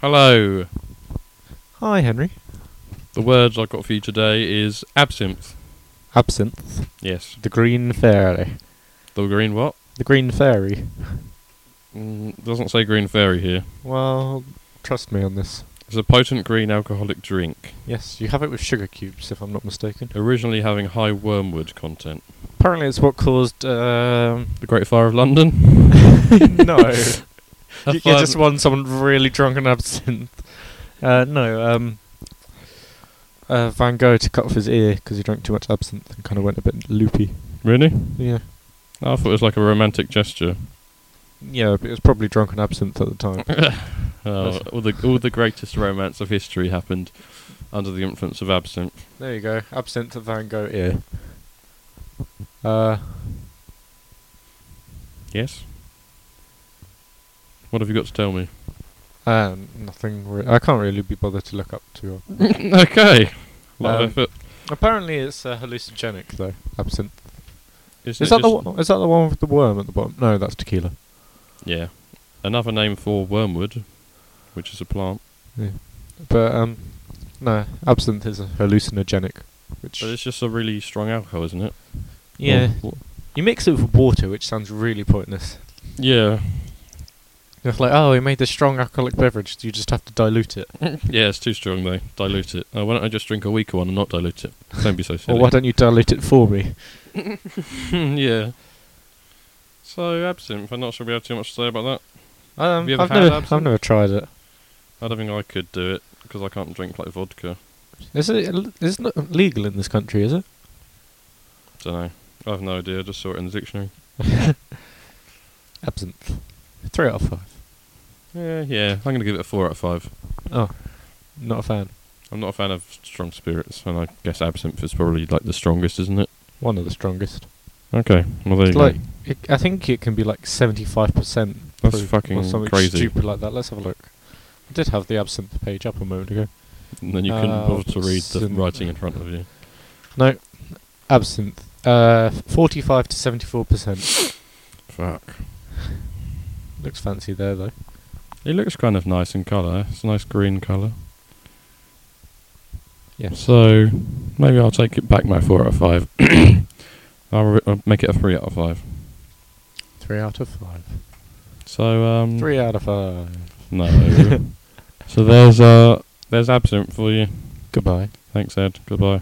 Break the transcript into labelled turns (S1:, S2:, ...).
S1: Hello.
S2: Hi, Henry.
S1: The words I've got for you today is absinthe.
S2: Absinthe.
S1: Yes.
S2: The green fairy.
S1: The green what?
S2: The green fairy.
S1: Mm, doesn't say green fairy here.
S2: Well, trust me on this.
S1: It's a potent green alcoholic drink,
S2: Yes, you have it with sugar cubes, if I'm not mistaken.
S1: originally having high wormwood content.
S2: Apparently, it's what caused. Um,
S1: The Great Fire of London.
S2: no.
S1: A
S2: you, you
S1: fire-
S2: just want someone really drunk on absinthe. Uh, no, um, uh, Van Gogh to cut off his ear because he drank too much absinthe and kind of went a bit loopy.
S1: really?
S2: Yeah.
S1: I thought it was like a romantic gesture.
S2: Yeah, but it was probably drunk on absinthe at the time.
S1: Oh, all the all the greatest romance of history happened under the influence of absinthe.
S2: There you go. Absinthe of Van Gogh ear. Uh,
S1: Yes. What have you got to tell me?
S2: um, nothing. Re- I can't really be bothered to look up to.
S1: okay. Lot
S2: Um,
S1: of effort.
S2: Apparently, it's uh, hallucinogenic though. Absinthe.
S1: Isn't
S2: Is
S1: it
S2: that the
S1: just-
S2: one, is that the one with the worm at the bottom? No, that's tequila.
S1: Yeah. Another name for wormwood, which is a plant.
S2: But um, no, absinthe is a hallucinogenic. Which
S1: But it's just a really strong alcohol, isn't it?
S2: yeah,
S1: Or- or-
S2: you mix it with water, which sounds really pointless.
S1: yeah.
S2: You're like, oh, we made this strong alcoholic beverage. You just have to dilute it.
S1: Yeah, it's too strong, though. Dilute it. Uh, why don't I just drink a weaker one and not dilute it? Don't be so
S2: Or
S1: silly.
S2: why don't you dilute it for me?
S1: yeah. So, absinthe. I'm not sure we have too much to say about that.
S2: Um,
S1: Have you ever
S2: I've
S1: had
S2: never, I've
S1: absinthe?
S2: never tried it.
S1: I don't think I could do it, because I can't drink, like, vodka.
S2: Is it? It's not legal in this country, is it?
S1: don't know. I have no idea. I just saw it in the dictionary.
S2: Absinthe. Three out of five.
S1: Yeah, yeah. I'm going to give it a 4 out of 5.
S2: Oh, not a fan.
S1: I'm not a fan of strong spirits, and I guess absinthe is probably, like, the strongest, isn't it?
S2: One of the strongest.
S1: Okay. Well, there
S2: It's
S1: you go.
S2: like it, I think it can be like seventy-five percent.
S1: That's fucking
S2: or something
S1: crazy.
S2: Stupid like that. Let's have a look. I did have the absinthe page up a moment ago.
S1: And then you couldn't
S2: Uh,
S1: bother to read the
S2: sim-
S1: writing in front of you.
S2: No, absinthe. Uh, forty-five to seventy-four percent.
S1: Fuck.
S2: Looks fancy there though.
S1: It looks kind of nice in colour. It's a nice green colour.
S2: Yes.
S1: So maybe I'll take it back my four out of five. I'll, re- I'll make it a three out of five.
S2: Three out of five.
S1: So um,
S2: Three out of five.
S1: No. so there's uh there's absinthe for you.
S2: Goodbye.
S1: Thanks, Ed. Goodbye.